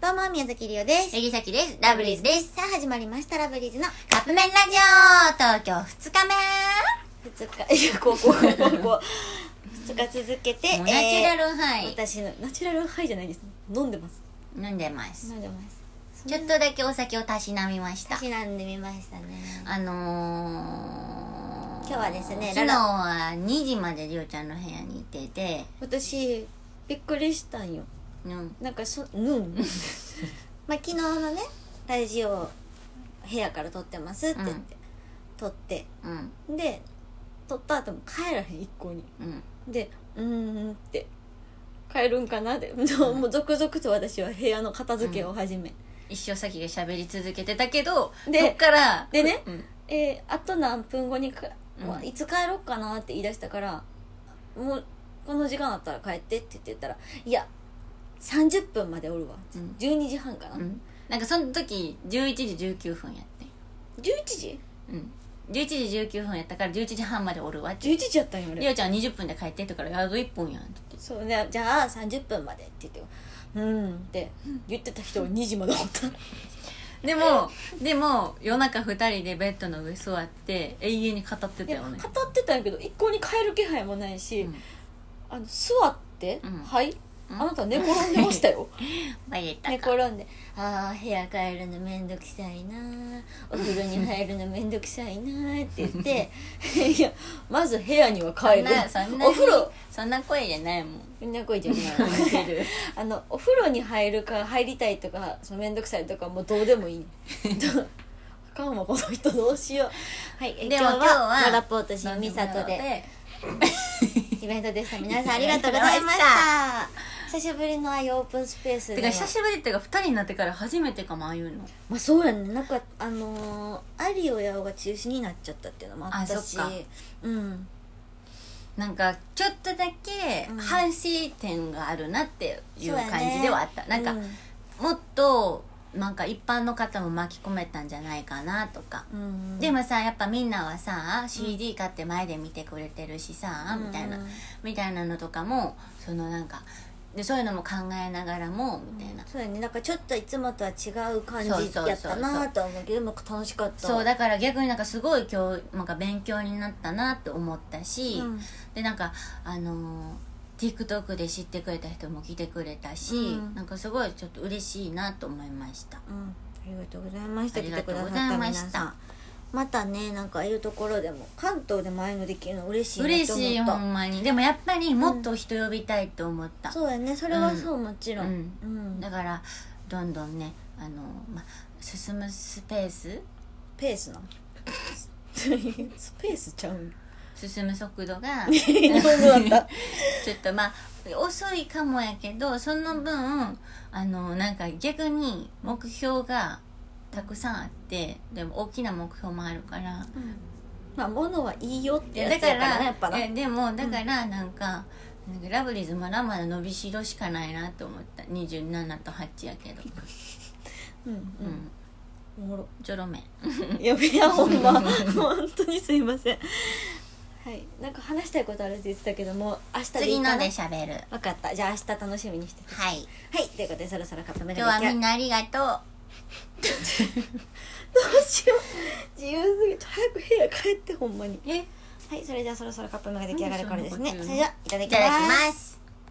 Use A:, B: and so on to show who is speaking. A: どうも、宮崎りおです。
B: 杉崎です。ラブリーズです。
A: さあ、始まりました、ラブリーズの
B: カップ麺ラジオ東京2日目
A: 2日、いや、こう、こう、こう、こ う、2日続けて、
B: もうナチュラ
A: え
B: ルハ
A: ー
B: イ、
A: 私の、ナチュラルハイじゃないです。飲んでます。
B: 飲んでます。
A: 飲んでます。
B: ちょっとだけお酒をたしなみました。
A: 私なんでみましたね。
B: あのー、
A: 今日はですね
B: 昨
A: ラ
B: 日
A: ラ
B: は2時までりょうちゃんの部屋にいてて、
A: 私、びっくりしたんよ。
B: うん。
A: なんか、そ、 うん。まあ、昨日のね、ラジオ、部屋から撮ってますって言って、
B: うん
A: 撮って、
B: うん。
A: で、撮った後も帰らへん、一向に。
B: うん。
A: で「うーん」って「帰るんかな?」って もうもう続々と私は部屋の片付けを始め、
B: 一生先が喋り続けてたけど、
A: で
B: そっから、
A: でね
B: うん。
A: えーあと何分後にか、
B: うん
A: もういつ帰ろうかな?」って言い出したから「もうこの時間あったら帰って」って言ってたら「いや30分までおるわ」
B: うん
A: 12時半かな、
B: うん。なんかその時、11時19分やってん。
A: 11時
B: うん。11時19分やったから11時半までおるわって
A: 11時やったんよ
B: り
A: 俺
B: おちゃん20分で帰ってってから「あと1本やん」って言って
A: そうねじゃあ30分までって言って「うん」って言ってた人は2時までおった
B: でもでも夜中2人でベッドの上座って永遠に語って
A: い
B: た
A: や
B: よね
A: 語ってたんやけど一向に帰る気配もないし、
B: うん
A: あの座って、
B: うん
A: はい、
B: ん
A: あなた寝転んでましたよ
B: バレ た
A: 寝転んでああ部屋帰るのめんどくさいな ーお風呂に入るのめんどくさいなーって言って いやまず部屋には
B: そ
A: 帰
B: ん
A: る
B: なそんな
A: お風呂
B: そんな声じゃない もん
A: みんな来いじゃん
B: 寝てる
A: あのお風呂に入るか入りたいとかそのめんどくさいとかもうどうでもい いあかんわこの人どうしようはいえ
B: でも
A: 今日
B: 今日は
A: はララポート新三里でイベントでした皆さんありがとうございました久しぶりのああいうオープンスペース
B: て
A: で
B: か
A: は
B: 久しぶりっていうか2人になってから初めてかもああいうの
A: まあそうやねなんかあのーアリオヤオが中止になっちゃったっていうのもあったし
B: あそっか
A: うん
B: なんかちょっとだけ
A: うん
B: 反省点があるなっていう
A: そうやね
B: 感じではあった、なんか、
A: うん
B: もっとなんか一般の方も巻き込めたんじゃないかなとか、
A: うん
B: でもさやっぱみんなはさ CD 買って前で見てくれてるしさ、みたいな
A: うん
B: みたいなのとかもそのなんかでそういうのも考えながらもみたいな、
A: そうやねなんかちょっといつもとは違う感じ
B: そうそうそうそう
A: やったなとは思うけどでも楽しかった
B: そうだから逆になんかすごい今日なんか勉強になったなって思ったし、
A: うん
B: でなんかあのー TikTok で知ってくれた人も来てくれたし、
A: うん
B: なんかすごいちょっと嬉しいなと思いました
A: うんありがとうございました
B: ありがとうござい
A: 来
B: ました
A: てくださった皆さんまたねなんかいるところでも関東で前のできるの嬉しいな
B: 嬉
A: と
B: しい
A: 思っ
B: ほ
A: た
B: んまにでもやっぱりもっと人呼びたいと思った、
A: そうやねそれはそう、もちろん、
B: うん
A: うん
B: だからどんどんねあの、ま、進むスペース
A: ペースなスペースちゃうん
B: 進む速度 が
A: 日本語だった
B: ちょっとまあ遅いかもやけどその分あのなんか逆に目標がたくさんあってでも大きな目標もあるから
A: まあ物はいいよっ
B: い
A: て
B: や
A: や
B: だ
A: つだ
B: か
A: から
B: ら
A: ねやっぱない
B: やでもだからなんか、なんかラブリーズまだまだ伸びしろしかないなと思った27と8やけど
A: うん
B: う
A: うんお
B: ん
A: もろ
B: ちょろめ
A: やべやほんま本当にすいませんはいなんか話したいことあるって言ってたけどもう明日でい
B: 次
A: い
B: の
A: かな
B: でしゃべる
A: 分かったじゃあ明日楽しみにしてて
B: はい
A: はいということでそろそろカップ麺
B: 今日はみん
A: な
B: なありがとう
A: どうしよう自由すぎて早く部屋帰ってほんまに
B: えい
A: はいそれじゃあそろそろカップ麺が出来上がる頃です
B: なん
A: ね
B: でそ
A: そ
B: んなこと言うの
A: れじゃあいただき
B: ただき
A: ます
B: ます